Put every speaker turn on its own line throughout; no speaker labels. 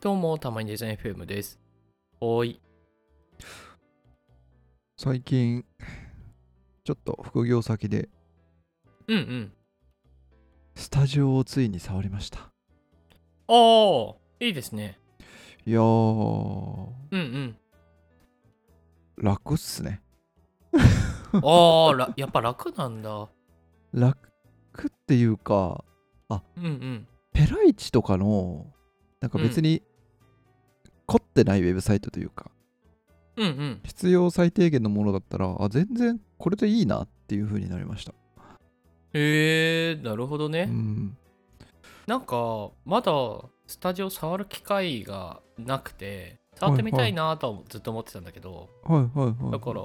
どうも、たまにデザイン FM です。おーい。
最近ちょっと副業先で
うんうん。
スタジオをついに触りました
おー、いいですね。
いやー
うん うん。
楽っすね
あーら、やっぱ楽なんだ。
楽っていうか
うんうん。
ペライチとかのなんか別に凝ってないウェブサイトというか、
うんうん。
必要最低限のものだったらあ全然これでいいなっていう風になりました
えー、なるほど
う
ね。
ん
なんか、まだスタジオ触る機会がなくて、触ってみたいなとはずっと思ってたんだけど、
はいはいはい
だから、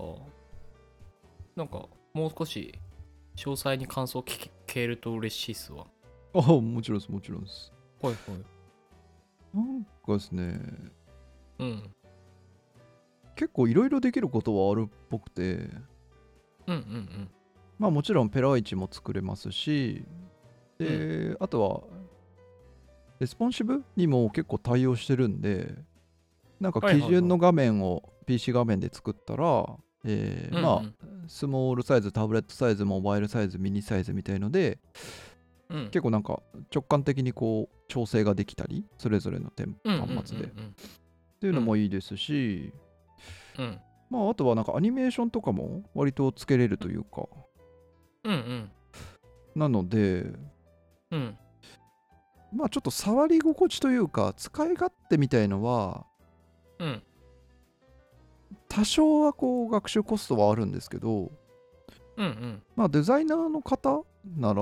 なんか、もう少し詳細に感想聞けると嬉しいっすわ。
あもちろんですもちろんです
はいはい。
なんかですね
うん。
結構いろいろできることはあるっぽくて
うんうんうん。
まあもちろんペライチも作れますし、で、あとは、レスポンシブにも結構対応してるんで、なんか
はいはい
基
はい
準の画面を PC 画面で作ったら、えー
うんうん
まあ、スモールサイズ、タブレットサイズ、モバイルサイズ、ミニサイズみたいので、
うん。
結構なんか直感的にこう調整ができたり、それぞれの店
うんうんうんうん
端末で、っていうのもいいですし、
うん
まああとはなんかアニメーションとかも割とつけれるというか、
うんうん
なので、
うん
まあちょっと触り心地というか使い勝手みたいのは
うん
多少はこう学習コストはあるんですけど
うんうん
まあデザイナーの方なら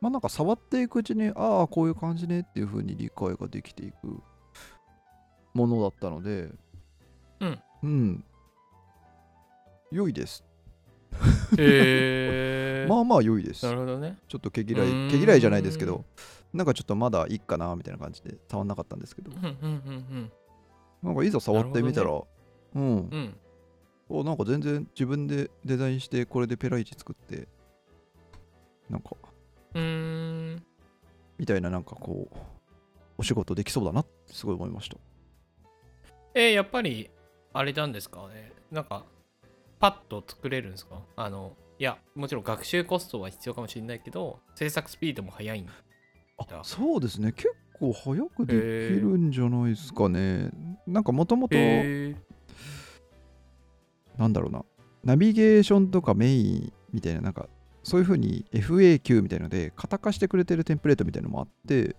まあなんか触っていくうちにああこういう感じねっていう風に理解ができていくものだったので
うん
うん良いです、
へえ
まあまあ良いです
なるほどね
ちょっと毛嫌いう
ーん
毛嫌いじゃないですけどなんかちょっとまだいいかなみたいな感じで触んなかったんですけど
うんうん
なんかいざ触ってみたら、う
う
ん
んうん
おなんか全然自分でデザインしてこれでペライチ作ってなんか
うんうーん
みたいななんかこうお仕事できそうだなってすごい思いました
えーやっぱりあれなんですかねなんかパッと作れるんですかあのいやもちろん学習コストは必要かもしれないけど制作スピードも速いんだ
あそうですね結構早くできるんじゃないですかねなんかもともと
へえ
なんだろうなナビゲーションとかメインみたいななんかそういう風に FAQ みたいので型化してくれてるテンプレートみたいのもあって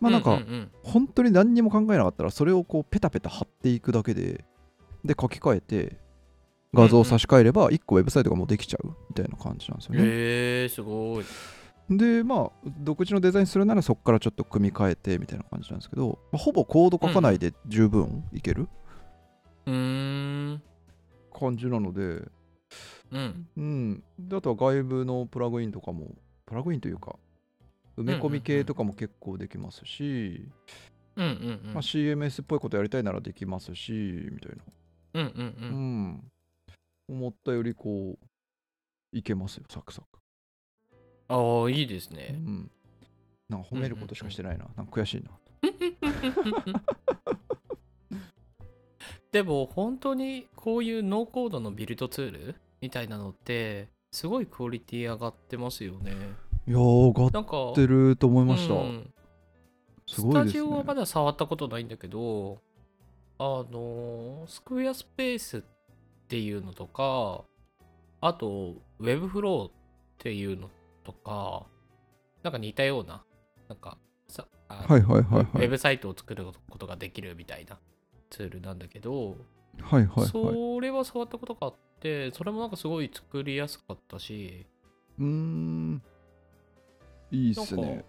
まあなん
う
か、
んうん
本当に何にも考えなかったらそれをこうペタペタ貼っていくだけでで書き換えて画像を差し替えれば1個ウェブサイトがもうできちゃうみたいな感じなんですよ
うん
ね。
へえすごい
でまあ独自のデザインするならそこからちょっと組み替えてみたいな感じなんですけど、まあほぼコード書かないで十分いける
うーん
感じなので、
うん
うん、であとは外部のプラグインとかもプラグインというか埋め込み系とかも結構できますし、
うんうんうん
まあ、CMS っぽいことやりたいならできますしみたいな。
うんうんうん
うん、思ったよりこういけますよサクサク、
ああいいです
う
ね
ん、なんか褒めることしかしてないな,、なんか悔しいな
でも本当にこういうノーコードのビルドツールみたいなのってすごいクオリティ上がってますよね。
いやー上が
なんか
っ。てると思いました、
うん
す
ス
ごい
タ
です
ジ
ね
オはまだ触ったことないんだけど、あのースクエアスペースっていうのとか、あと、ウェブフローっていうのとか、なんか似たような、なんかさ、あ
はいはいは
ウ
い
ェ
はい
ブサイトを作ることができるみたいなツールなんだけど、
はいはいはい
それは触ったことがあってそれもなんかすごい作りやすかったし
うーんいいっす
なん
ね
か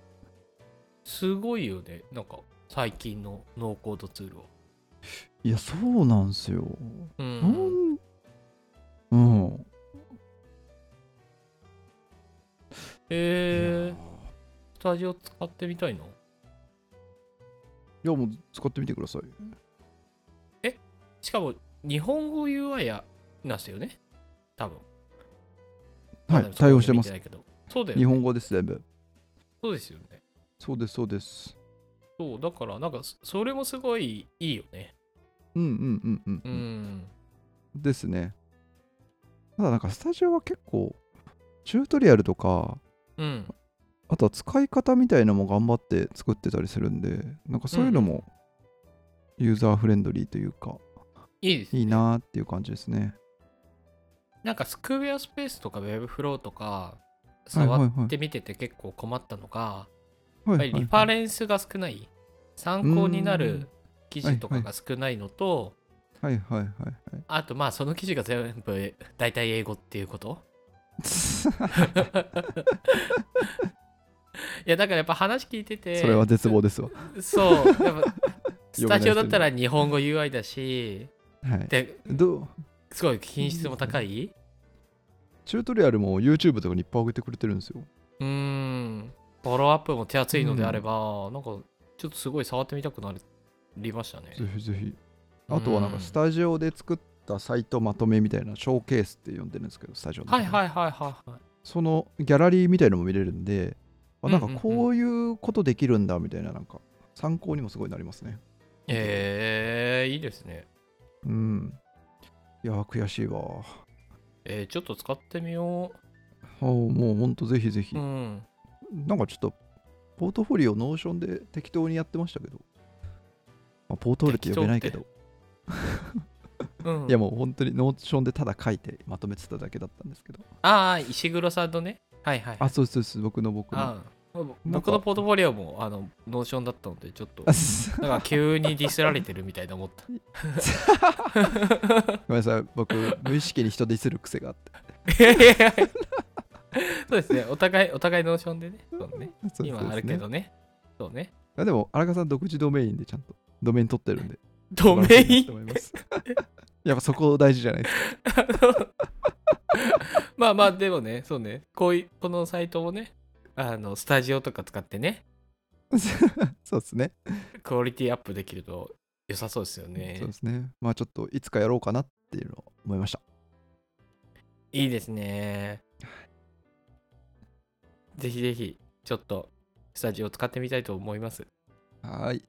すごいよねなんか最近のノーコードツールは。
いやそうなんすよ、
う、
うんん、うん、い
えー、
や
スタジオ使ってみたいの
いやもう使ってみてください
しかも日本語 UI やなんですよね多分。
は
ま
い
だ
対応してま
そ
す
こ見ないけどそうだよ
日
ね。
本語です全部
そうですよね。
そうですそうです
そう、だから、なんか、そそれもすごいいいよね。
うんうんうんうん、
う
うん、
ん。
ですねただなんかスタジオは結構チュートリアルとか
うん。
あとは使い方みたいのも頑張って作ってたりするんでなんかそういうのもユーザーフレンドリーというか、
いいです。
いいなーっていう感じですね
なんか、スクウェアスペースとか Webflow とか、
はいはいは
触
い
ってみてて結構困ったのが、
は
やっぱり
いはいは
リ
い
ファレンスが少ない。参考になる記事とか
はい
が少ないのと、
はいはいは いはい
あと、まあ、その記事が全部、 大体英語っていうこと。いや、だからやっぱ話聞いてて、
それは絶望ですわ
そう、やっぱス
人
タジオだったら日本語 UI だし、
はい
で、
どう
すごい品質も高い。
チュートリアルも YouTube とかにいっぱい上げてくれてるんですよ
うーん、フォローアップも手厚いのであれば、なんかちょっとすごい触ってみたくなりましたね。
ぜひぜひあとはなん
う
か
ん
スタジオで作ったサイトまとめみたいなショーケースって呼んでるんですけどスタジオの
はいはいはいはいはい。
そのギャラリーみたいのも見れるんで、あなんか
うんうんうん
こういうことできるんだみたいななんか参考にもすごいなりますね
えー、いいですね。
うんいやー悔しいわ
えー、ちょっと使ってみよ
あーもうほんとぜひぜひ、
う。うん。
なんかちょっとポートフォリオノーションで適当にやってましたけど、まあ、ポートフォリオって呼べないけど
うん、
いやもう本当にノーションでただ書いてまとめてただけだったんですけど
ああ、石黒さんのね。はいはい。
あそうですそうです僕の僕の
あー
なん
僕
か
のポートフォリオもあのノーションだったので、ちょっと
あ。す
なんか急にディスられてるみたいな思った。
ごめんなさい僕無意識に人ディスる癖があって
いやいやいやそうですね、お互い、お互いノーションでね。そうね
そう
今
そう
あ
です
る
ね
けどね。そうね。
あでも荒川さん独自ドメインでちゃんとドメイン取ってるんで
ドメイ
素晴らしいなと
ン
思います やっぱそこ大事じゃないですか
まあまあ、でもね、そうね、こういう、このサイトをね、あの、スタジオとか使ってね、
そうですね
クオリティアップできると良さそうですよね
そう。ですねまあちょっといつかやろうかなっていうのを思いました
いいですね。ぜひぜひ、ちょっと、スタジオ使ってみたいと思います。
はーい